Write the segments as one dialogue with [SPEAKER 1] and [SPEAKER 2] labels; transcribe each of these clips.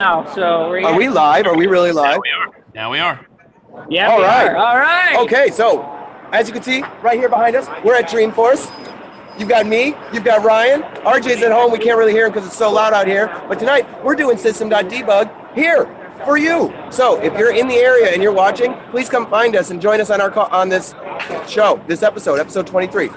[SPEAKER 1] now, so we're.
[SPEAKER 2] Are we live? Are we really live?
[SPEAKER 3] Now we are.
[SPEAKER 1] Yeah.
[SPEAKER 2] All
[SPEAKER 1] we
[SPEAKER 2] right.
[SPEAKER 1] are. All right.
[SPEAKER 2] Okay, so as you can see, right here behind us, we're at Dreamforce. You've got me, you've got Ryan. RJ's at home. We can't really hear him because it's so loud out here. But tonight, we're doing system.debug here for you. So if you're in the area and you're watching, please come find us and join us on our call, on this show, this episode, episode 23.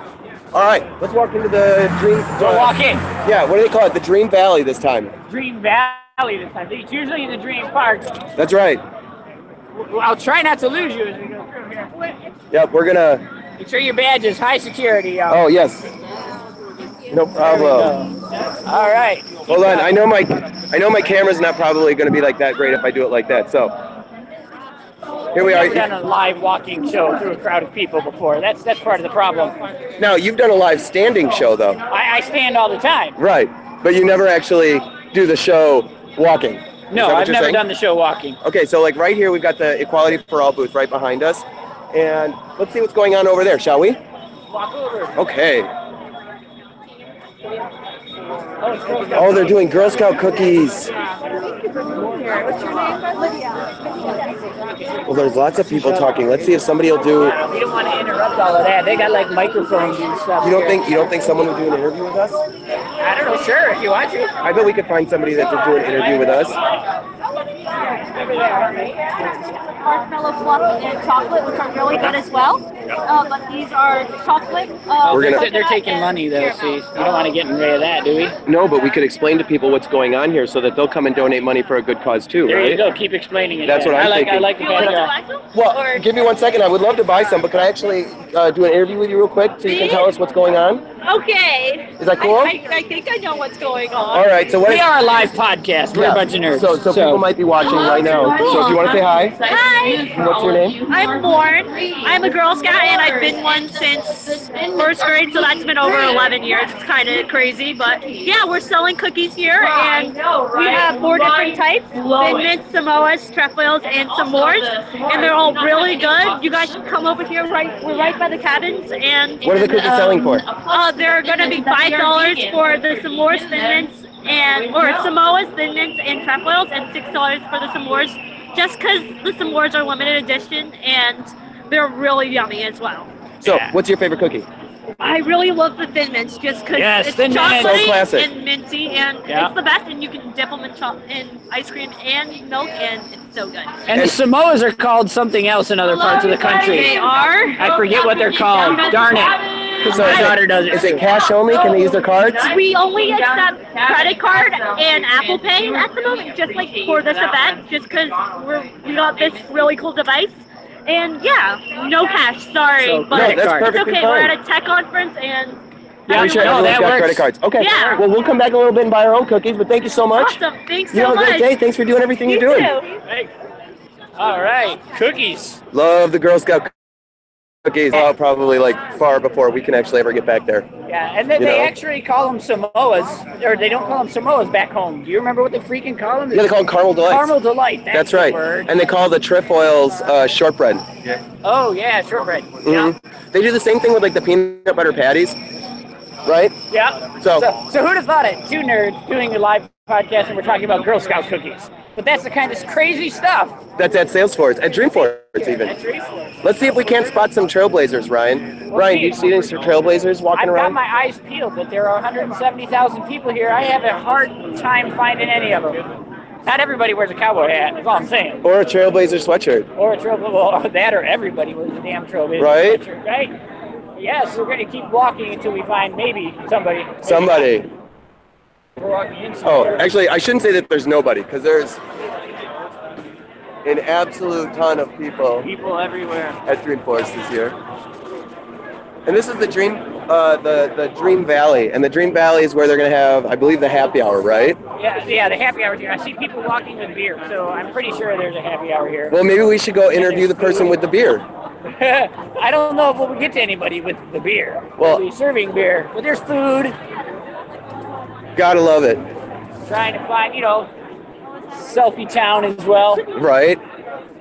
[SPEAKER 2] All right, let's walk into the Dream. uh,
[SPEAKER 1] We'll walk in.
[SPEAKER 2] Yeah, what do they call it? The Dream Valley this time.
[SPEAKER 1] Dream Valley this time. It's usually in the Dream Park.
[SPEAKER 2] That's right.
[SPEAKER 1] Well, I'll try not to lose you as we go through here.
[SPEAKER 2] Yep, we're gonna.
[SPEAKER 1] Make sure your badge is high security, y'all.
[SPEAKER 2] Oh yes. No problem.
[SPEAKER 1] All right.
[SPEAKER 2] Hold on, I know my I know my camera's not probably going to be like that great if I do it like that. So here we
[SPEAKER 1] Never done
[SPEAKER 2] are.
[SPEAKER 1] a live walking show through a crowd of people before. That's that's part of the problem.
[SPEAKER 2] Now you've done a live standing show though,
[SPEAKER 1] I, I stand all the time.
[SPEAKER 2] right? But you never actually do the show walking.
[SPEAKER 1] No, I've never done the show walking.
[SPEAKER 2] Okay, so like right here we've got the Equality for All booth right behind us, and let's see what's going on over there, shall we?
[SPEAKER 1] Walk over.
[SPEAKER 2] Okay.
[SPEAKER 1] Oh, it's closed up.
[SPEAKER 2] Oh, they're doing Girl Scout cookies. Well, there's lots of people talking. Let's see if somebody will do.
[SPEAKER 1] Wow, we don't want to interrupt all of that. They got like microphones and stuff.
[SPEAKER 2] You don't
[SPEAKER 1] here.
[SPEAKER 2] think you don't think someone would do an interview with us?
[SPEAKER 1] I don't know. Sure, if you want to.
[SPEAKER 2] I bet we could find somebody that would do an interview with us.
[SPEAKER 4] Marshmallow fluff and chocolate, which are really good as well. Uh, but these are chocolate. Uh,
[SPEAKER 2] We're gonna-
[SPEAKER 1] Oh, They're- They're taking money though, so you don't want to get in the way of that, do we?
[SPEAKER 2] No, but we could explain to people what's going on here so that they'll come and donate money for a good cause too,
[SPEAKER 1] There you
[SPEAKER 2] right?
[SPEAKER 1] go. Keep explaining it.
[SPEAKER 2] That's what I'm
[SPEAKER 1] I like. I
[SPEAKER 2] thinking.
[SPEAKER 1] like the background.
[SPEAKER 2] Well, give me one second. I would love to buy some, but could I actually uh, do an interview with you real quick so you can tell us what's going on?
[SPEAKER 4] Okay.
[SPEAKER 2] Is that cool?
[SPEAKER 4] I, I, I think I know what's going on.
[SPEAKER 2] All right. So what?
[SPEAKER 1] We are a live podcast. We're
[SPEAKER 2] Yeah.
[SPEAKER 1] a bunch of nerds.
[SPEAKER 2] So, so people might be watching right now. So if you want to say hi,
[SPEAKER 4] Hi,
[SPEAKER 2] what's your name?
[SPEAKER 4] I'm Lauren. I'm a Girl Scout and I've been one since first grade, so that's been over 11 years. It's kind of crazy, but yeah, we're selling cookies here and we have four different types: Vinmint, Samoas, Trefoils, and some more. And they're all really good. You guys should come over here. Right, we're right by the cabins. And
[SPEAKER 2] What are the cookies
[SPEAKER 4] um,
[SPEAKER 2] selling for?
[SPEAKER 4] Uh, they're going to be five dollars for the s'mores thin mints and or Samoa's thin mints and trefoils, and six dollars for the s'mores. Just because the s'mores are limited edition and they're really yummy as well.
[SPEAKER 2] So
[SPEAKER 1] Yeah.
[SPEAKER 2] what's your favorite cookie?
[SPEAKER 4] I really love the thin mints just because
[SPEAKER 1] Yes,
[SPEAKER 4] it's
[SPEAKER 1] Thin Mints.
[SPEAKER 4] chocolatey
[SPEAKER 2] So classic.
[SPEAKER 4] and minty and
[SPEAKER 1] Yeah.
[SPEAKER 4] it's the best. And you can dip them in, cho- in ice cream and milk, and it's so good.
[SPEAKER 1] And the Samoas are called something else in other parts of the
[SPEAKER 4] They
[SPEAKER 1] country.
[SPEAKER 4] are.
[SPEAKER 1] I forget what they're called. Darn it. Because my
[SPEAKER 2] is it-
[SPEAKER 1] daughter does it.
[SPEAKER 2] Is it
[SPEAKER 1] too.
[SPEAKER 2] cash only? Can they use their cards?
[SPEAKER 4] We only accept credit card and Apple Pay at the moment, just like for this event, just because we're we got this really cool device. And yeah, no cash. Sorry,
[SPEAKER 1] So,
[SPEAKER 4] but
[SPEAKER 1] credit
[SPEAKER 2] no, that's
[SPEAKER 1] card.
[SPEAKER 4] it's
[SPEAKER 2] perfectly
[SPEAKER 4] okay. We're
[SPEAKER 2] fine.
[SPEAKER 4] at a tech conference, and
[SPEAKER 1] Yeah,
[SPEAKER 2] I'm sure
[SPEAKER 1] No,
[SPEAKER 2] everyone's
[SPEAKER 1] that
[SPEAKER 2] got
[SPEAKER 1] works.
[SPEAKER 2] credit cards. Okay.
[SPEAKER 4] Yeah.
[SPEAKER 2] Well, we'll come back in a little bit and buy our own cookies, but thank you so much.
[SPEAKER 4] awesome. Thanks
[SPEAKER 2] You
[SPEAKER 4] so
[SPEAKER 2] have a great
[SPEAKER 4] much.
[SPEAKER 2] day. Thanks for doing everything
[SPEAKER 4] You
[SPEAKER 2] you're doing.
[SPEAKER 4] too.
[SPEAKER 1] Hey. All right. Cookies.
[SPEAKER 2] Love the Girl Scout cookies. Oh, probably like far before we can actually ever get back there.
[SPEAKER 1] Yeah, and then
[SPEAKER 2] You
[SPEAKER 1] they
[SPEAKER 2] know.
[SPEAKER 1] actually call them Samoas, or they don't call them Samoas back home. Do you remember what they freaking call them?
[SPEAKER 2] Yeah, they call them caramel delights.
[SPEAKER 1] Caramel delight. That's,
[SPEAKER 2] That's
[SPEAKER 1] the
[SPEAKER 2] right.
[SPEAKER 1] word.
[SPEAKER 2] And they call the trefoils uh, shortbread.
[SPEAKER 1] oh yeah, shortbread.
[SPEAKER 2] Mhm. They do the same thing with like the peanut butter patties, right?
[SPEAKER 1] Yeah. Yeah.
[SPEAKER 2] So-
[SPEAKER 1] so, so who'd have thought it? Two nerds doing a live podcast, and we're talking about Girl Scout cookies. But that's the kind of crazy stuff.
[SPEAKER 2] That's at Salesforce, at Dreamforce even.
[SPEAKER 1] That's reasonable.
[SPEAKER 2] Let's see if we can't spot some trailblazers, Ryan. Ryan, do you see any trailblazers walking
[SPEAKER 1] I've got
[SPEAKER 2] around?
[SPEAKER 1] my eyes peeled, but there are 170,000 people here. I have a hard time finding any of them. Not everybody wears a cowboy hat. Is all I'm saying.
[SPEAKER 2] Or a trailblazer sweatshirt.
[SPEAKER 1] Or a trail, well, or that, or everybody was a damn trailblazer.
[SPEAKER 2] Right.
[SPEAKER 1] picture, Right. Yes, we're gonna keep walking until we find maybe somebody. maybe
[SPEAKER 2] Somebody.
[SPEAKER 1] We're walking in
[SPEAKER 2] Oh,
[SPEAKER 1] somewhere.
[SPEAKER 2] actually, I shouldn't say that there's nobody because there's an absolute ton of people
[SPEAKER 1] people everywhere.
[SPEAKER 2] at Dreamforce this year. And this is the Dream, uh, the the Dream Valley, and the Dream Valley is where they're gonna have, I believe, the happy hour, right?
[SPEAKER 1] Yeah, yeah. The happy hour here. I see people walking with beer, so I'm pretty sure there's a happy hour here.
[SPEAKER 2] Well, maybe we should go interview the person with the beer.
[SPEAKER 1] I don't know if we'll get to anybody with the beer.
[SPEAKER 2] Well-
[SPEAKER 1] we'll be serving beer, but there's food.
[SPEAKER 2] Gotta love it,
[SPEAKER 1] Trying to find, you know, selfie town as well.
[SPEAKER 2] right?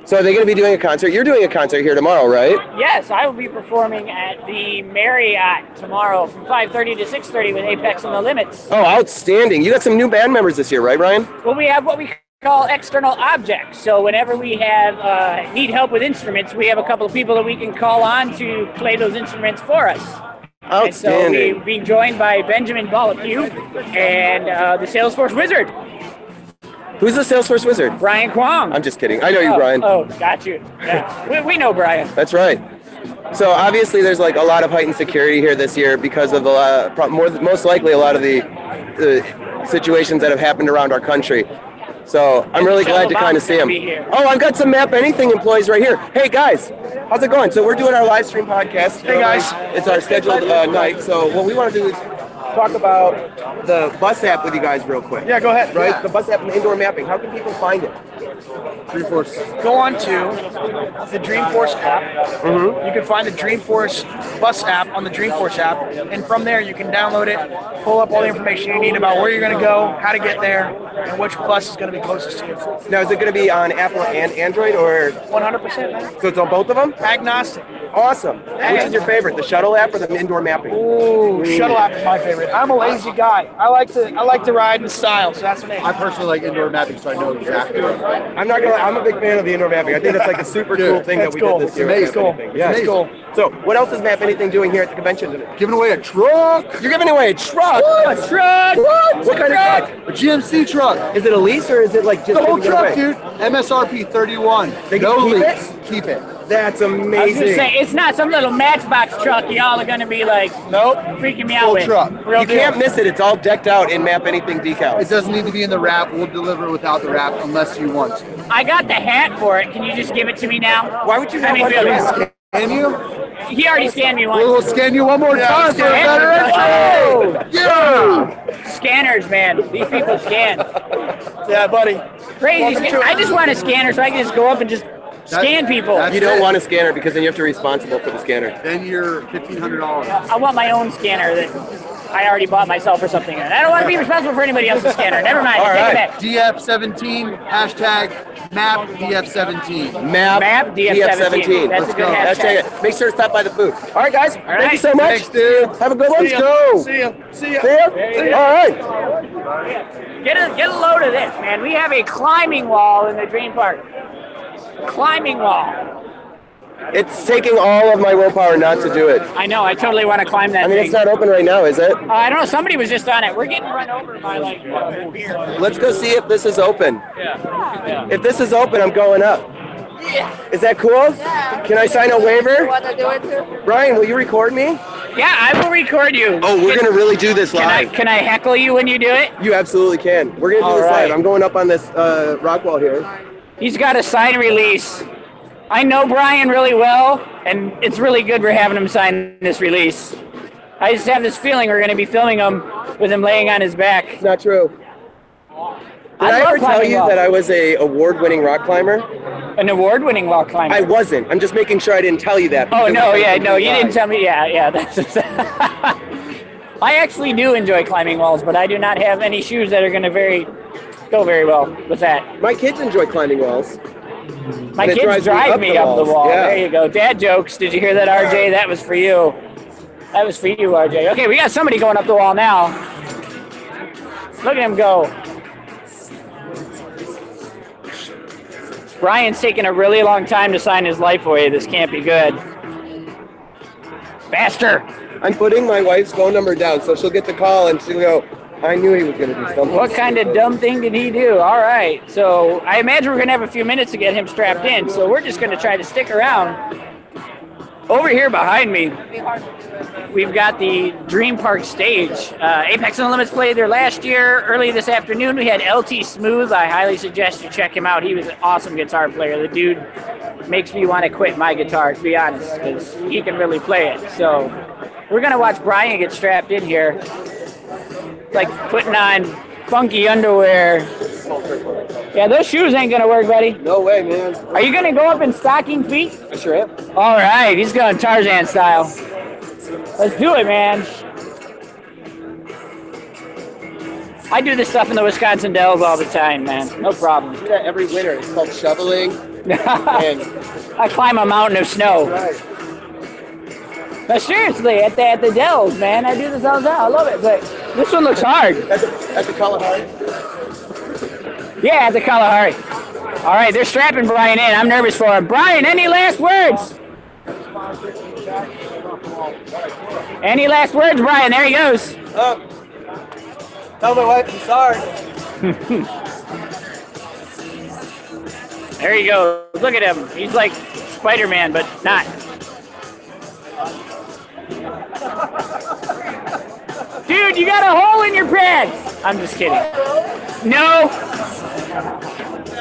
[SPEAKER 2] So are they gonna be doing a concert? You're doing a concert here tomorrow, right?
[SPEAKER 1] Yes, I will be performing at the Marriott tomorrow from 5:30 to 6:30 with Apex and the Limits.
[SPEAKER 2] Oh, outstanding! You got some new band members this year, right, Ryan?
[SPEAKER 1] Well, we have what we all external objects. So whenever we have uh, need help with instruments, we have a couple of people that we can call on to play those instruments for us. And so
[SPEAKER 2] Outstanding.
[SPEAKER 1] we've been joined by Benjamin Ballapue and uh, the Salesforce Wizard,
[SPEAKER 2] Who's the Salesforce wizard?
[SPEAKER 1] Brian Kwong.
[SPEAKER 2] I'm just kidding. I know you,
[SPEAKER 1] oh,
[SPEAKER 2] Brian.
[SPEAKER 1] Oh, got you. Yeah. we, we know Brian.
[SPEAKER 2] That's right. So obviously, there's like a lot of heightened security here this year because of the uh, pro- more, most likely a lot of the, the situations that have happened around our country. So I'm really glad to kind of see him. Oh, I've got some Map Anything employees right here. Hey guys, how's it going? So we're doing our live stream podcast. Hey guys, it's our scheduled uh, night. So what we want to do is talk about the bus app with you guys real quick.
[SPEAKER 3] Yeah, go ahead.
[SPEAKER 2] Right, the bus app and indoor mapping. How can people find it?
[SPEAKER 3] Go on to the Dreamforce app. You can find the Dreamforce bus app on the Dreamforce app, and from there you can download it, pull up all the information you need about where you're going to go, how to get there, and which bus is going to be closest to you.
[SPEAKER 2] Now, is it going to be on Apple and Android, or
[SPEAKER 3] 100%. man.
[SPEAKER 2] so it's on both of them?
[SPEAKER 3] Agnostic.
[SPEAKER 2] Awesome. Which is your favorite, the shuttle app or the indoor mapping?
[SPEAKER 3] Ooh, shuttle app is my favorite. I'm a lazy guy. I like to I like to ride in style, so that's what
[SPEAKER 5] I
[SPEAKER 3] I
[SPEAKER 5] personally like indoor mapping, so I know exactly. What I'm
[SPEAKER 2] I'm not gonna. lie, I'm a big fan of the indoor mapping. I think that's like a super
[SPEAKER 5] Dude,
[SPEAKER 2] cool thing that
[SPEAKER 3] that's
[SPEAKER 2] we
[SPEAKER 3] cool.
[SPEAKER 2] did this year.
[SPEAKER 5] Amazing.
[SPEAKER 2] Map Anything. Yeah.
[SPEAKER 5] Amazing.
[SPEAKER 3] cool.
[SPEAKER 2] So, what else is Map Anything doing here at the convention today?
[SPEAKER 5] Giving away a truck,
[SPEAKER 2] You're giving away a truck.
[SPEAKER 5] What?
[SPEAKER 2] A truck. What? What kind of
[SPEAKER 5] a
[SPEAKER 2] truck?
[SPEAKER 5] GMC truck.
[SPEAKER 2] Is it a lease or is it like just
[SPEAKER 5] The whole
[SPEAKER 2] giving it away?
[SPEAKER 5] truck, dude. MSRP 31.
[SPEAKER 2] They can
[SPEAKER 5] no
[SPEAKER 2] keep
[SPEAKER 5] leaks. Keep it.
[SPEAKER 2] That's
[SPEAKER 1] I was gonna
[SPEAKER 2] amazing.
[SPEAKER 1] say it's not some little Matchbox truck y'all are gonna be like
[SPEAKER 5] Nope.
[SPEAKER 1] freaking me out
[SPEAKER 5] Full
[SPEAKER 1] with.
[SPEAKER 5] truck.
[SPEAKER 1] Real
[SPEAKER 2] you
[SPEAKER 1] deal.
[SPEAKER 2] can't miss it. It's all decked out in Map Anything
[SPEAKER 5] It
[SPEAKER 2] decals.
[SPEAKER 5] doesn't need to be in the wrap. We'll deliver it without the wrap unless you want. to.
[SPEAKER 1] I got the hat for it. Can you just give it to me now?
[SPEAKER 2] Why would you
[SPEAKER 1] I
[SPEAKER 2] have
[SPEAKER 1] mean,
[SPEAKER 2] one of
[SPEAKER 1] really.
[SPEAKER 2] these?
[SPEAKER 5] Can you?
[SPEAKER 1] He already scanned me one.
[SPEAKER 5] We'll scan you one more time for a better entry. Yeah.
[SPEAKER 1] Scanners, man. These people scan.
[SPEAKER 3] think. Yeah, buddy.
[SPEAKER 1] Crazy. scan- I just want a scanner so I can just go up and just scan people.
[SPEAKER 5] that's-
[SPEAKER 2] You don't want a scanner because then you have to be responsible for the scanner.
[SPEAKER 5] Then you're $1,500.
[SPEAKER 1] I want my own scanner that I already bought myself or something. I don't want to be responsible for anybody else's scanner. Never mind.
[SPEAKER 2] All
[SPEAKER 1] I take
[SPEAKER 2] right.
[SPEAKER 1] it back.
[SPEAKER 5] DF17, hashtag map DF17.
[SPEAKER 2] Map,
[SPEAKER 1] Map DF17. That's a good
[SPEAKER 2] Let's go.
[SPEAKER 1] hashtag.
[SPEAKER 2] Hashtag it. Make sure to stop by the booth. All right, guys. Thank you
[SPEAKER 1] right.
[SPEAKER 2] so much.
[SPEAKER 5] Thanks, dude.
[SPEAKER 2] Have a good one.
[SPEAKER 3] ya.
[SPEAKER 2] Go.
[SPEAKER 3] See ya. See ya.
[SPEAKER 2] See ya. All right.
[SPEAKER 1] Get a get a load of this, man. We have a climbing wall in the Dream Park. Climbing wall.
[SPEAKER 2] It's taking all of my willpower not to do it.
[SPEAKER 1] I know. I totally want to climb that
[SPEAKER 2] I mean,
[SPEAKER 1] thing.
[SPEAKER 2] it's not open right now, is it?
[SPEAKER 1] Uh, I don't know. Somebody was just on it. We're getting run over by like uh, beer.
[SPEAKER 2] Let's go see if this is open. Yeah. If this is open, I'm going up.
[SPEAKER 6] Yeah.
[SPEAKER 2] Is that cool? Can I sign a
[SPEAKER 6] You
[SPEAKER 2] waiver?
[SPEAKER 6] want to do it too?
[SPEAKER 2] Brian, will you record me?
[SPEAKER 1] Yeah, I will record you.
[SPEAKER 2] Oh, we're
[SPEAKER 1] Can-
[SPEAKER 2] gonna really do this
[SPEAKER 1] Can I
[SPEAKER 2] live.
[SPEAKER 1] can I heckle you when you do it?
[SPEAKER 2] You absolutely can. We're gonna do
[SPEAKER 1] All
[SPEAKER 2] this live.
[SPEAKER 1] right.
[SPEAKER 2] I'm going up on this uh, rock wall here.
[SPEAKER 1] He's got a sign release. I know Brian really well, and it's really good we're having him sign this release. I just have this feeling we're going to be filming him with him laying on his back.
[SPEAKER 2] It's not true. Did I,
[SPEAKER 1] love
[SPEAKER 2] ever tell
[SPEAKER 1] climbing
[SPEAKER 2] you
[SPEAKER 1] walls.
[SPEAKER 2] that I was a award-winning rock climber?
[SPEAKER 1] an award-winning wall climber?
[SPEAKER 2] I wasn't. I'm just making sure I didn't tell you that.
[SPEAKER 1] oh
[SPEAKER 2] because
[SPEAKER 1] no,
[SPEAKER 2] I
[SPEAKER 1] yeah,
[SPEAKER 2] think
[SPEAKER 1] no, you
[SPEAKER 2] lied.
[SPEAKER 1] didn't tell me. Yeah, yeah, that's. I actually do enjoy climbing walls, but I do not have any shoes that are going to very go very well with that.
[SPEAKER 2] My kids enjoy climbing walls.
[SPEAKER 1] My
[SPEAKER 2] And it
[SPEAKER 1] kids
[SPEAKER 2] drives me
[SPEAKER 1] drive
[SPEAKER 2] up
[SPEAKER 1] me
[SPEAKER 2] the
[SPEAKER 1] up the
[SPEAKER 2] walls,
[SPEAKER 1] wall.
[SPEAKER 2] yeah.
[SPEAKER 1] There you go. Dad jokes. Did you hear that, RJ? That was for you. That was for you, RJ. Okay, we got somebody going up the wall now. Look at him go. Brian's taking a really long time to sign his life away. This can't be good. Faster.
[SPEAKER 2] I'm putting my wife's phone number down, so she'll get the call and she'll go. I knew he was going to do something.
[SPEAKER 1] What kind of dumb thing did he do? All right. So I imagine we're going to have a few minutes to get him strapped in. So we're just going to try to stick around. Over here behind me, we've got the Dream Park stage. Uh, Apex and the Limits played there last year. Early this afternoon, we had LT Smooth. I highly suggest you check him out. He was an awesome guitar player. The dude makes me want to quit my guitar, to be honest, because he can really play it. So we're going to watch Brian get strapped in here like putting on funky underwear. Yeah, those shoes ain't gonna work, buddy.
[SPEAKER 2] No way, man.
[SPEAKER 1] Are you gonna go up in stocking feet?
[SPEAKER 2] I sure am.
[SPEAKER 1] All right, he's going Tarzan style. Let's do it, man. I do this stuff in the Wisconsin Dells all the time, man. No problem.
[SPEAKER 2] Do that every winter. It's called shoveling.
[SPEAKER 1] I
[SPEAKER 2] And
[SPEAKER 1] climb a mountain of snow.
[SPEAKER 2] right.
[SPEAKER 1] But seriously, at the, at the Dells, man, I do this all the time. I love it, but this one looks hard.
[SPEAKER 2] That's a, that's a Kalahari.
[SPEAKER 1] Yeah, at the Kalahari. All right, they're strapping Brian in. I'm nervous for him. Brian, any last words? Any last words, Brian? There he goes.
[SPEAKER 2] Uh, tell my wife I'm sorry.
[SPEAKER 1] There he goes. Look at him. He's like Spider Man, but not. Dude, you got a hole in your pants! I'm just kidding. No!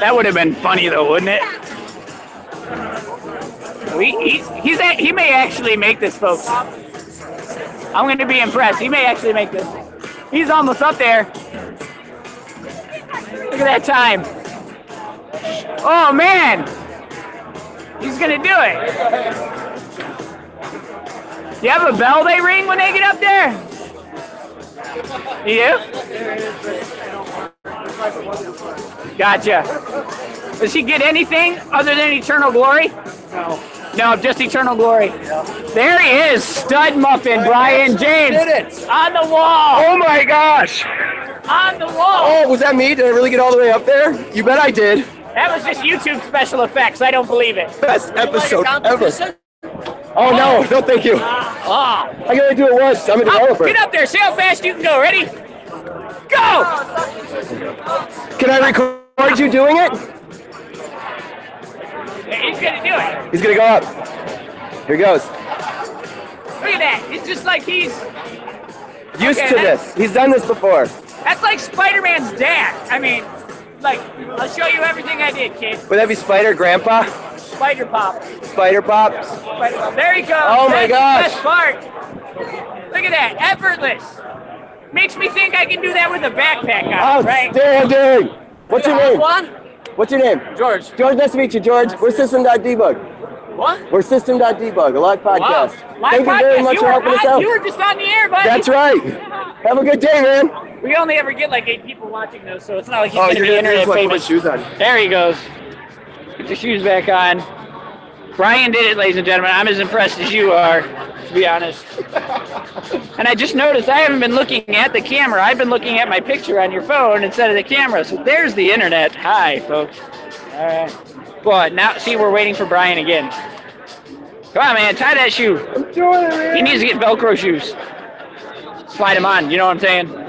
[SPEAKER 1] That would have been funny though, wouldn't it? We, he, he's a, he may actually make this, folks. I'm going to be impressed. He may actually make this. He's almost up there. Look at that time. Oh, man. He's going to do it. You have a bell they ring when they get up there? You do? Gotcha. Does he get anything other than eternal glory? No, just eternal glory. There he is, stud muffin, Brian James.
[SPEAKER 2] Did it.
[SPEAKER 1] On the wall!
[SPEAKER 5] Oh my gosh!
[SPEAKER 1] On the wall!
[SPEAKER 2] Oh, was that me? Did I really get all the way up there? You bet I did.
[SPEAKER 1] That was just YouTube special effects. I don't believe it.
[SPEAKER 2] Best episode ever. Oh no, no thank you. I
[SPEAKER 1] Ah!
[SPEAKER 2] can only do it once. I'm a
[SPEAKER 1] Up,
[SPEAKER 2] developer.
[SPEAKER 1] Oh, get up there. See how fast you can go. Ready? Go!
[SPEAKER 2] Can I record you doing it?
[SPEAKER 1] He's gonna do it.
[SPEAKER 2] He's gonna go up. Here goes.
[SPEAKER 1] Look at that. It's just like he's.
[SPEAKER 2] Used
[SPEAKER 1] Okay,
[SPEAKER 2] to
[SPEAKER 1] that's-
[SPEAKER 2] this. He's done this before.
[SPEAKER 1] That's like Spider-Man's dad. I mean, like, I'll show you everything I did, kid.
[SPEAKER 2] Would that be Spider Grandpa?
[SPEAKER 1] Spider Pop.
[SPEAKER 2] Spider Pops?
[SPEAKER 1] Spider Pop. There he goes.
[SPEAKER 2] Oh, my
[SPEAKER 1] That's the
[SPEAKER 2] gosh.
[SPEAKER 1] Best part. Look at that. Effortless. Makes me think I can do that with a backpack
[SPEAKER 2] Oh,
[SPEAKER 1] on, right?
[SPEAKER 2] Outstanding! What's your name?
[SPEAKER 1] One.
[SPEAKER 2] What's your name?
[SPEAKER 1] George.
[SPEAKER 2] George, nice to meet you, George. We're System.debug.
[SPEAKER 1] What?
[SPEAKER 2] We're System.debug, a live
[SPEAKER 1] Wow.
[SPEAKER 2] podcast.
[SPEAKER 1] Live
[SPEAKER 2] Thank you
[SPEAKER 1] podcast.
[SPEAKER 2] very much
[SPEAKER 1] Oh, you
[SPEAKER 2] for
[SPEAKER 1] were
[SPEAKER 2] helping us
[SPEAKER 1] on-
[SPEAKER 2] out.
[SPEAKER 1] You were just on the air, buddy.
[SPEAKER 2] That's right. Have a good day, man.
[SPEAKER 1] We only ever get like eight people watching those, so it's not like he's
[SPEAKER 5] Oh,
[SPEAKER 1] gonna
[SPEAKER 5] you're
[SPEAKER 1] be
[SPEAKER 5] gonna
[SPEAKER 1] internet
[SPEAKER 5] just like put my
[SPEAKER 1] famous.
[SPEAKER 5] shoes on.
[SPEAKER 1] There he goes. Put your shoes back on. Brian did it, ladies and gentlemen. I'm as impressed as you are, to be honest. and I just noticed I haven't been looking at the camera. I've been looking at my picture on your phone instead of the camera. So there's the internet. Hi, folks. All right. But now, see, we're waiting for Brian again. Come on, man. Tie that shoe. He needs to get Velcro shoes. Slide him on. You know what I'm saying?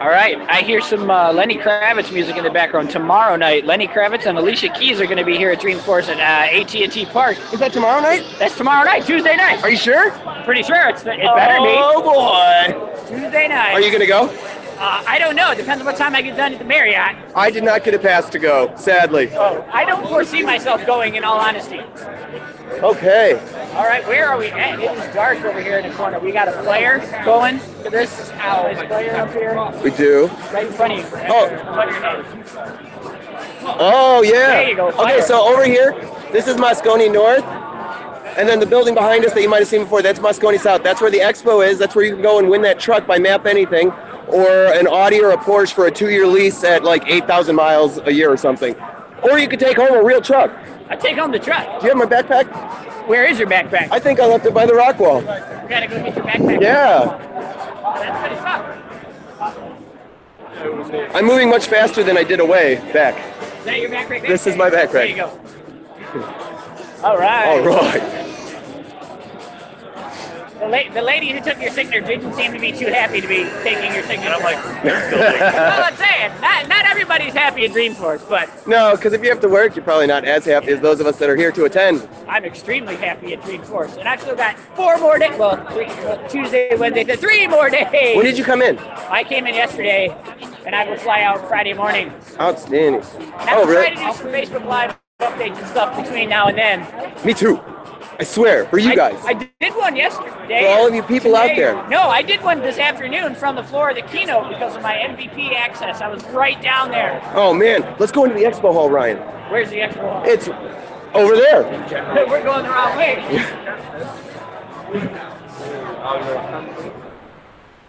[SPEAKER 1] All right, I hear some uh, Lenny Kravitz music in the background. Tomorrow night, Lenny Kravitz and Alicia Keys are going to be here at Dreamforce at uh, AT&T Park.
[SPEAKER 2] Is that tomorrow night?
[SPEAKER 1] That's tomorrow night, Tuesday night.
[SPEAKER 2] Are you sure?
[SPEAKER 1] Pretty sure it's it better be
[SPEAKER 2] Oh, boy.
[SPEAKER 1] Tuesday night.
[SPEAKER 2] Are you gonna go?
[SPEAKER 1] uh, I don't know. It Depends on what time I get done at the Marriott.
[SPEAKER 2] I did not get a pass to go, sadly.
[SPEAKER 1] Oh, I don't foresee myself going. In all honesty.
[SPEAKER 2] Okay.
[SPEAKER 1] All right, where are we at? It is dark over here in the corner. We got a player going. This is Al. Is player up here,
[SPEAKER 2] We do.
[SPEAKER 1] right in front of you.
[SPEAKER 2] Oh.
[SPEAKER 1] What's your name?
[SPEAKER 2] Oh yeah.
[SPEAKER 1] There you go,
[SPEAKER 2] Okay,
[SPEAKER 1] fire.
[SPEAKER 2] so over here, this is Moscone North, and then the building behind us that you might have seen before, that's Moscone South. That's where the expo is. That's where you can go and win that truck by Map Anything, or an Audi or a Porsche for a two-year lease at like 8,000 miles a year or something. Or you could take home a real truck.
[SPEAKER 1] I Uh, take home the truck.
[SPEAKER 2] Do you have my backpack?
[SPEAKER 1] Where is your backpack?
[SPEAKER 2] I think I left it by the rock wall.
[SPEAKER 1] We gotta go get your backpack.
[SPEAKER 2] Yeah.
[SPEAKER 1] That's pretty tough.
[SPEAKER 2] I'm moving much faster than I did away back.
[SPEAKER 1] Is that your back rack?
[SPEAKER 2] This is my Oh, back
[SPEAKER 1] There
[SPEAKER 2] rack.
[SPEAKER 1] you go. All right.
[SPEAKER 2] All right.
[SPEAKER 1] The, la- the lady who took your signature didn't seem to be too happy to be taking your signature. I'm like, well, I'm saying, not, not everybody's happy at Dreamforce, but
[SPEAKER 2] No, because if you have to work, you're probably not as happy as those of us that are here to attend.
[SPEAKER 1] I'm extremely happy at Dreamforce. And I've still got four more days. Well, three, well, Tuesday, Wednesday, so three more days.
[SPEAKER 2] When did you come in?
[SPEAKER 1] I came in yesterday, and I will fly out Friday morning.
[SPEAKER 2] Outstanding.
[SPEAKER 1] And
[SPEAKER 2] Oh,
[SPEAKER 1] I'll try
[SPEAKER 2] really?
[SPEAKER 1] to do some Facebook Live updates and stuff between now and then.
[SPEAKER 2] Me too. I swear, for you
[SPEAKER 1] I-
[SPEAKER 2] guys.
[SPEAKER 1] I, did one yesterday.
[SPEAKER 2] For all of you people out
[SPEAKER 1] Today-
[SPEAKER 2] there.
[SPEAKER 1] No, I did one this afternoon from the floor of the keynote because of my MVP access. I was right down there.
[SPEAKER 2] oh man, let's go into the expo hall, Ryan.
[SPEAKER 1] Where's the extra wall?
[SPEAKER 2] It's over there.
[SPEAKER 1] We're going the wrong way.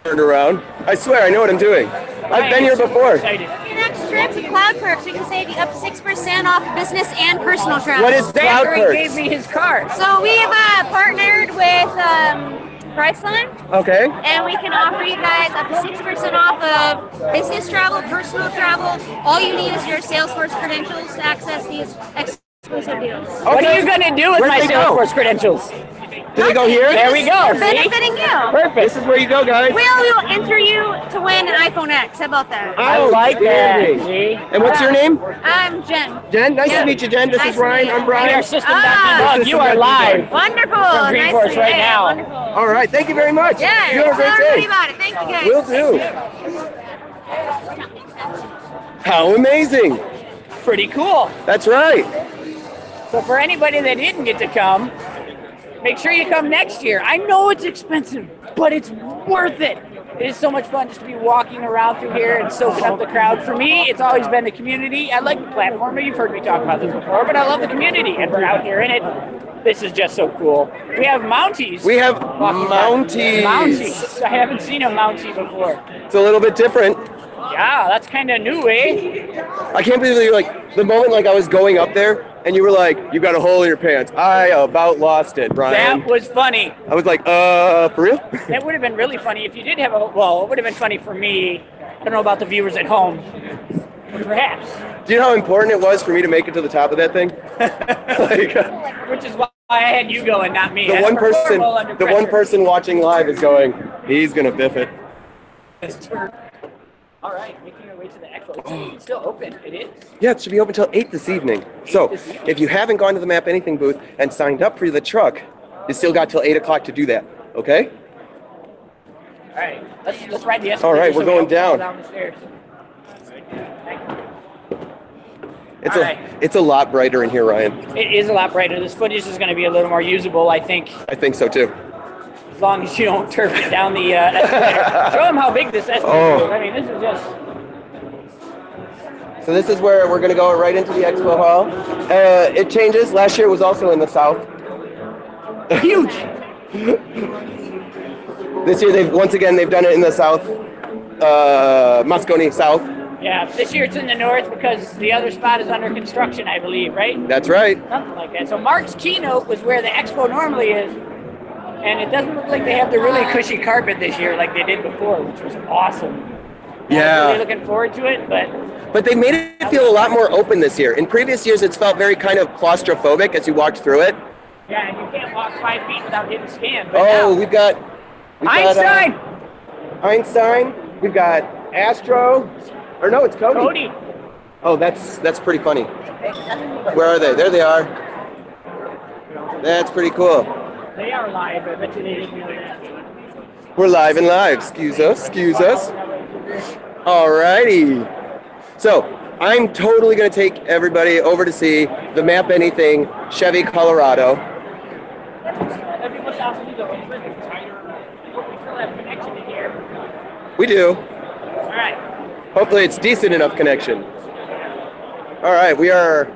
[SPEAKER 2] Turned around. I swear, I know what I'm doing. I've been here before.
[SPEAKER 1] Excited.
[SPEAKER 6] Your next trip to Cloud Perks, we can save you up 6% off business and personal travel.
[SPEAKER 2] What is Cloud
[SPEAKER 1] Zachary
[SPEAKER 2] Perks?
[SPEAKER 1] gave me his card.
[SPEAKER 6] So we have uh, partnered with um, Priceline,
[SPEAKER 2] Okay.
[SPEAKER 6] and we can offer you guys up to six percent off of business travel, personal travel. All you need is your Salesforce credentials to access these exclusive deals.
[SPEAKER 1] What are
[SPEAKER 2] Okay.
[SPEAKER 1] you gonna do with
[SPEAKER 2] Where'd
[SPEAKER 1] my
[SPEAKER 2] they go?
[SPEAKER 1] Salesforce credentials?
[SPEAKER 2] Do they go here?
[SPEAKER 1] There we go.
[SPEAKER 6] We're
[SPEAKER 1] See?
[SPEAKER 6] benefiting you.
[SPEAKER 1] Perfect.
[SPEAKER 2] This is where you go, guys.
[SPEAKER 6] We'll we'll enter you to win an iPhone X. How about that?
[SPEAKER 1] I
[SPEAKER 2] Oh,
[SPEAKER 1] like
[SPEAKER 2] dandy.
[SPEAKER 1] that. See?
[SPEAKER 2] And what's your name?
[SPEAKER 6] I'm Jen.
[SPEAKER 2] Jen. Nice
[SPEAKER 6] Yeah.
[SPEAKER 2] to meet you, Jen. This
[SPEAKER 6] Nice
[SPEAKER 2] is
[SPEAKER 6] to
[SPEAKER 2] Ryan.
[SPEAKER 6] meet you.
[SPEAKER 2] I'm
[SPEAKER 1] We
[SPEAKER 2] Brian.
[SPEAKER 1] are
[SPEAKER 6] Ah.
[SPEAKER 1] system.debug. You are live.
[SPEAKER 6] Wonderful.
[SPEAKER 1] From
[SPEAKER 6] Nice
[SPEAKER 1] Dreamforce
[SPEAKER 6] to-
[SPEAKER 1] right
[SPEAKER 6] yeah,
[SPEAKER 1] now.
[SPEAKER 6] Wonderful.
[SPEAKER 2] All right. Thank you very much.
[SPEAKER 6] Yeah.
[SPEAKER 2] You have a
[SPEAKER 6] tell everybody
[SPEAKER 2] great day.
[SPEAKER 6] about it. Thank you guys.
[SPEAKER 2] Will do. How amazing.
[SPEAKER 1] Pretty cool.
[SPEAKER 2] That's right.
[SPEAKER 1] So for anybody that didn't get to come, make sure you come next year. I know it's expensive, but it's worth it. It is so much fun just to be walking around through here and soaking up the crowd. For me, it's always been the community. I like the platform. You've heard me talk about this before, but I love the community, and we're out here in it. This is just so cool. We have Mounties.
[SPEAKER 2] We have
[SPEAKER 1] walking by.
[SPEAKER 2] Mounties.
[SPEAKER 1] Mounties. I haven't seen a Mountie before.
[SPEAKER 2] It's a little bit different.
[SPEAKER 1] Yeah, that's kind of new, eh?
[SPEAKER 2] I can't believe that you're like the moment like I was going up there and you were like, you got a hole in your pants. I about lost it, Brian.
[SPEAKER 1] That was funny.
[SPEAKER 2] I was like, uh, for real?
[SPEAKER 1] That would have been really funny if you did have a. Well, it would have been funny for me. I don't know about the viewers at home. Perhaps.
[SPEAKER 2] Do you know how important it was for me to make it to the top of that thing? like, uh,
[SPEAKER 1] Which is why I had you go and not me.
[SPEAKER 2] the
[SPEAKER 1] That's
[SPEAKER 2] one person,
[SPEAKER 1] horrible under
[SPEAKER 2] the one
[SPEAKER 1] pressure.
[SPEAKER 2] person watching live is going, he's gonna biff it.
[SPEAKER 1] All right, making our way to the actual. It's still open. It is.
[SPEAKER 2] Yeah, it should be open till eight this evening. So if you haven't gone to the Map Anything booth and signed up for the truck, you still got till eight o'clock to do that. Okay?
[SPEAKER 1] All right, let's let's ride the escalator.
[SPEAKER 2] All right,
[SPEAKER 1] so
[SPEAKER 2] we're
[SPEAKER 1] we
[SPEAKER 2] going
[SPEAKER 1] don't fall
[SPEAKER 2] down.
[SPEAKER 1] Down the stairs.
[SPEAKER 2] It's
[SPEAKER 1] All
[SPEAKER 2] a
[SPEAKER 1] right.
[SPEAKER 2] it's a lot brighter in here, Ryan.
[SPEAKER 1] It is a lot brighter. This footage is going to be a little more usable, I think,
[SPEAKER 2] I think so too.
[SPEAKER 1] as long as you don't turf it down the uh, escalator. Show them how big this escalator
[SPEAKER 2] Oh.
[SPEAKER 1] is. I mean, this is just.
[SPEAKER 2] So this is where we're gonna go right into the expo hall. Uh, it changes. Last year it was also in the south.
[SPEAKER 1] Huge.
[SPEAKER 2] This year they've once again they've done it in the south, uh, Moscone South.
[SPEAKER 1] Yeah, this year it's in the north because the other spot is under construction, I believe, right?
[SPEAKER 2] That's right.
[SPEAKER 1] Something like that. So Mark's keynote was where the expo normally is, and it doesn't look like they have the really cushy carpet this year like they did before, which was awesome.
[SPEAKER 2] Yeah.
[SPEAKER 1] I'm really looking forward to it, but
[SPEAKER 2] But they made it feel a lot more open this year. In previous years, it's felt very kind of claustrophobic as you walked through it.
[SPEAKER 1] yeah, and you can't walk five feet without getting scanned. But
[SPEAKER 2] Oh,
[SPEAKER 1] now,
[SPEAKER 2] we've got we've got, uh,
[SPEAKER 1] Einstein,
[SPEAKER 2] Einstein. We've got Astro. Or no, it's Cody.
[SPEAKER 1] Cody.
[SPEAKER 2] Oh, that's that's pretty funny. Where are they? There they are. That's pretty cool.
[SPEAKER 1] They are live. I bet you they didn't know that.
[SPEAKER 2] We're live and live. Excuse us. Excuse us. Alrighty. So I'm totally gonna take everybody over to see the Map Anything Chevy Colorado.
[SPEAKER 1] Everyone's out to do the whole thing. We still have connection in here.
[SPEAKER 2] We do.
[SPEAKER 1] All right.
[SPEAKER 2] Hopefully it's decent enough connection. All right, we are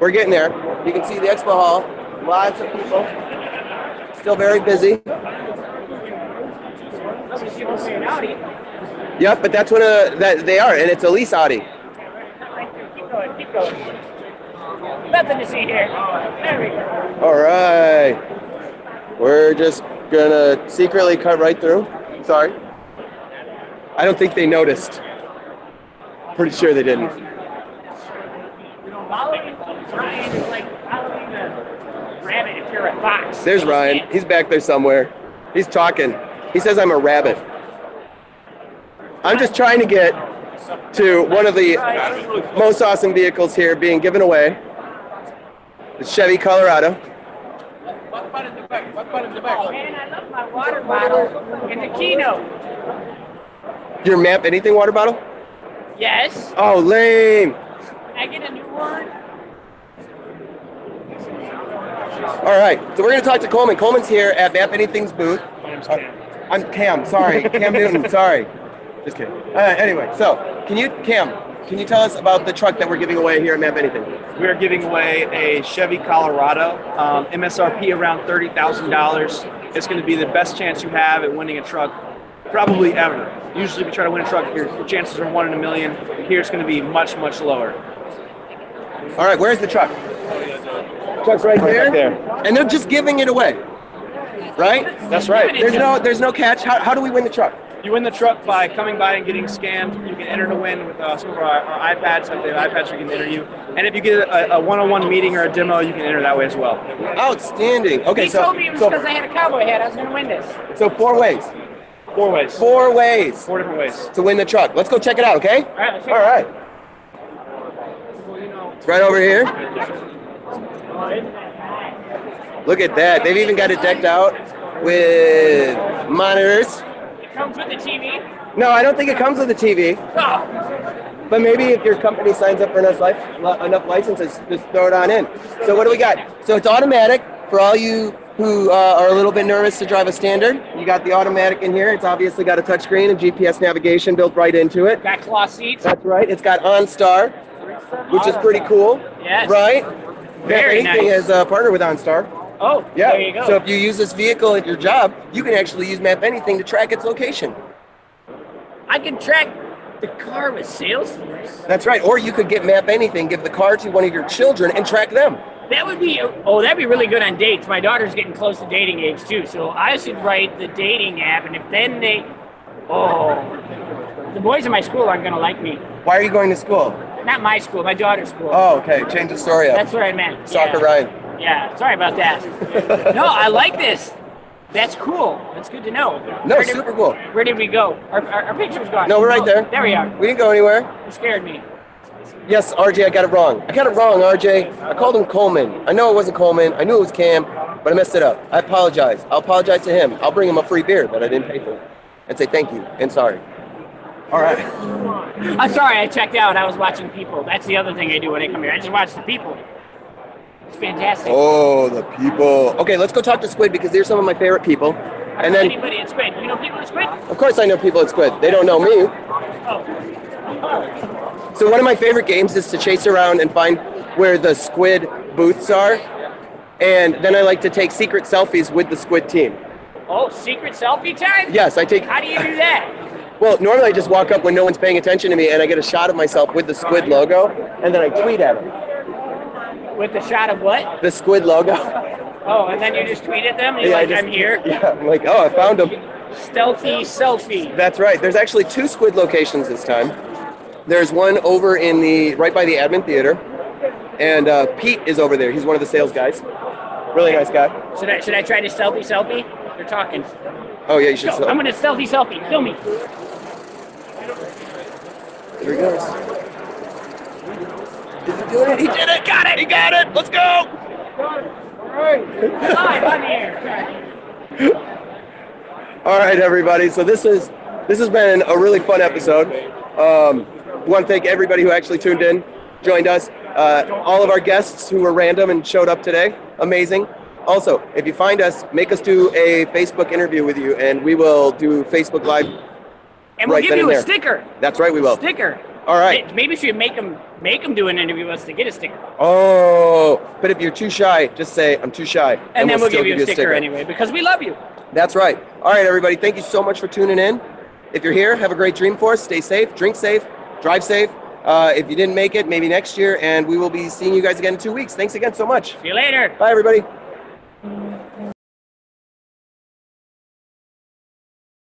[SPEAKER 2] we're getting there. You can see the expo hall, lots of people. Still very busy.
[SPEAKER 1] Nobody's giving us an Audi.
[SPEAKER 2] Yep, but that's what uh that they are, and it's a lease Audi.
[SPEAKER 1] Keep going. Keep going. Nothing to see here. There we go.
[SPEAKER 2] All right, we're just gonna secretly cut right through. Sorry, I don't think they noticed. Pretty sure they didn't.
[SPEAKER 1] Following Ryan is like following the rabbit if you're a fox.
[SPEAKER 2] There's Ryan. He's back there somewhere. He's talking. He says I'm a rabbit. I'm just trying to get to one of the most awesome vehicles here being given away. The Chevy Colorado.
[SPEAKER 1] Oh, man, I love my water bottle in the keynote.
[SPEAKER 2] Your map anything water bottle?
[SPEAKER 1] Yes.
[SPEAKER 2] Oh, lame.
[SPEAKER 1] Can I get a new one?
[SPEAKER 2] All right. So we're going to talk to Coleman. Coleman's here at Map Anything's booth. My name's Cam. I'm Cam. Sorry. Cam Newton. Sorry. Just kidding. Uh, anyway, so can you, Cam, can you tell us about the truck that we're giving away here at Map Anything?
[SPEAKER 7] We are giving away a Chevy Colorado, um, MSRP around thirty thousand dollars. It's going to be the best chance you have at winning a truck, probably ever. Usually, we try to win a truck. Your your chances are one in a million. Here, it's going to be much, much lower.
[SPEAKER 2] All right. Where's the truck? Truck's right there. And they're just giving it away. right?
[SPEAKER 7] That's right.
[SPEAKER 2] There's no there's no catch. How, how do we win the truck?
[SPEAKER 7] You win the truck by coming by and getting scanned. You can enter to win with uh, some of our, our iPads. Like they have iPads, we can enter you. And if you get a, a one-on-one meeting or a demo, you can enter that way as well.
[SPEAKER 2] Outstanding. Okay,
[SPEAKER 1] He
[SPEAKER 2] so
[SPEAKER 1] told me it was because
[SPEAKER 2] so,
[SPEAKER 1] I had a cowboy hat. I was going to win this.
[SPEAKER 2] so four ways.
[SPEAKER 7] Four ways. Four,
[SPEAKER 2] Four ways
[SPEAKER 7] different ways.
[SPEAKER 2] to win the truck. Let's go check it out, okay?
[SPEAKER 7] All right. Let's
[SPEAKER 2] All right. It's right over here. Look at that. They've even got it decked out with monitors.
[SPEAKER 1] It comes with the TV.
[SPEAKER 2] No, I don't think it comes with a TV.
[SPEAKER 1] Oh,
[SPEAKER 2] But maybe if your company signs up for enough, life, li- enough licenses, just throw it on in. So what do we got? So it's automatic for all you who uh, are a little bit nervous to drive a standard. You got the automatic in here. It's obviously got a touchscreen and GPS navigation built right into it.
[SPEAKER 1] got cloth seats.
[SPEAKER 2] That's right. It's got OnStar, which is pretty cool,
[SPEAKER 1] Yes.
[SPEAKER 2] right?
[SPEAKER 1] Very
[SPEAKER 2] Anything
[SPEAKER 1] nice.
[SPEAKER 2] has a partner with OnStar.
[SPEAKER 1] Oh,
[SPEAKER 2] Yeah.
[SPEAKER 1] there you go.
[SPEAKER 2] So if you use this vehicle at your job, you can actually use Map Anything to track its location.
[SPEAKER 1] I can track the car with Salesforce.
[SPEAKER 2] That's right. Or you could get Map Anything, give the car to one of your children, and track them.
[SPEAKER 1] That would be oh, that'd be really good on dates. My daughter's getting close to dating age too, so I should write the dating app. And if then they, oh, the boys in my school aren't gonna like me.
[SPEAKER 2] Why are you going to school?
[SPEAKER 1] Not my school, my daughter's school.
[SPEAKER 2] Oh, okay. Change the story up.
[SPEAKER 1] That's what I meant.
[SPEAKER 2] Soccer
[SPEAKER 1] yeah.
[SPEAKER 2] Ryan.
[SPEAKER 1] Yeah, sorry about that. no, I like this. That's cool. That's good to know.
[SPEAKER 2] No,
[SPEAKER 1] Where did-
[SPEAKER 2] super cool.
[SPEAKER 1] Where did we go? Our, our, our picture's gone.
[SPEAKER 2] No, we're right there.
[SPEAKER 1] There we are.
[SPEAKER 2] We didn't go anywhere.
[SPEAKER 1] You scared me.
[SPEAKER 2] Yes, RJ, I got it wrong. I got it wrong, RJ. I called him Coleman. I know it wasn't Coleman. I knew it was Cam, but I messed it up. I apologize. I'll apologize to him. I'll bring him a free beer that I didn't pay for and say thank you and sorry. All right.
[SPEAKER 1] I'm sorry, I checked out. I was watching people. That's the other thing I do when I come here. I just watch the people. It's fantastic.
[SPEAKER 2] Oh, the people. Okay, let's go talk to Squid because they're some of my favorite people. And then,
[SPEAKER 1] anybody at Squid. You know people at Squid?
[SPEAKER 2] of course, I know people at Squid. They don't know me.
[SPEAKER 1] Oh,
[SPEAKER 2] So one of my favorite games is to chase around and find where the squid booths are, and then I like to take secret selfies with the squid team.
[SPEAKER 1] oh, secret selfie time?
[SPEAKER 2] Yes, I take.
[SPEAKER 1] How do you do that?
[SPEAKER 2] Well, normally I just walk up when no one's paying attention to me, and I get a shot of myself with the squid logo, and then I tweet at them.
[SPEAKER 1] With the shot of what?
[SPEAKER 2] The squid logo.
[SPEAKER 1] Oh, and then you just tweet at them. and You're
[SPEAKER 2] I
[SPEAKER 1] like,
[SPEAKER 2] just-
[SPEAKER 1] I'm here.
[SPEAKER 2] Yeah, I'm like, oh, I found them.
[SPEAKER 1] Stealthy selfie.
[SPEAKER 2] That's right. There's actually two squid locations this time. There's one over in the right by the Admin Theater, and uh, Pete is over there. He's one of the sales guys. Really nice guy.
[SPEAKER 1] Should I should I try to stealthy selfie? They're talking.
[SPEAKER 2] Oh yeah, you should.
[SPEAKER 1] Go.
[SPEAKER 2] sell-
[SPEAKER 1] I'm gonna stealthy selfie. Kill me.
[SPEAKER 2] Here he goes. Did he do it? He did it! Got it! He got it! Let's go!
[SPEAKER 1] Live on the air.
[SPEAKER 2] All right, everybody. So this is this has been a really fun episode. Um, want to thank everybody who actually tuned in, joined us, uh, all of our guests who were random and showed up today. Amazing. Also, if you find us, make us do a Facebook interview with you, and we will do Facebook Live.
[SPEAKER 1] And we'll
[SPEAKER 2] Right
[SPEAKER 1] give
[SPEAKER 2] then
[SPEAKER 1] you
[SPEAKER 2] and
[SPEAKER 1] a
[SPEAKER 2] there.
[SPEAKER 1] sticker.
[SPEAKER 2] That's right, we will.
[SPEAKER 1] Sticker.
[SPEAKER 2] All right.
[SPEAKER 1] May- Maybe we should make them make them do an interview with us to get a sticker, and,
[SPEAKER 2] Oh, but if you're too shy, just say I'm too shy, and,
[SPEAKER 1] then we'll,
[SPEAKER 2] still
[SPEAKER 1] give you a sticker, anyway because we love you.
[SPEAKER 2] That's right. All right, everybody. Thank you so much for tuning in. If you're here, have a great dream force. Stay safe, drink safe, drive safe. Uh, if you didn't make it, maybe next year, and we will be seeing you guys again in two weeks. Thanks again so much.
[SPEAKER 1] See you later.
[SPEAKER 2] Bye, everybody.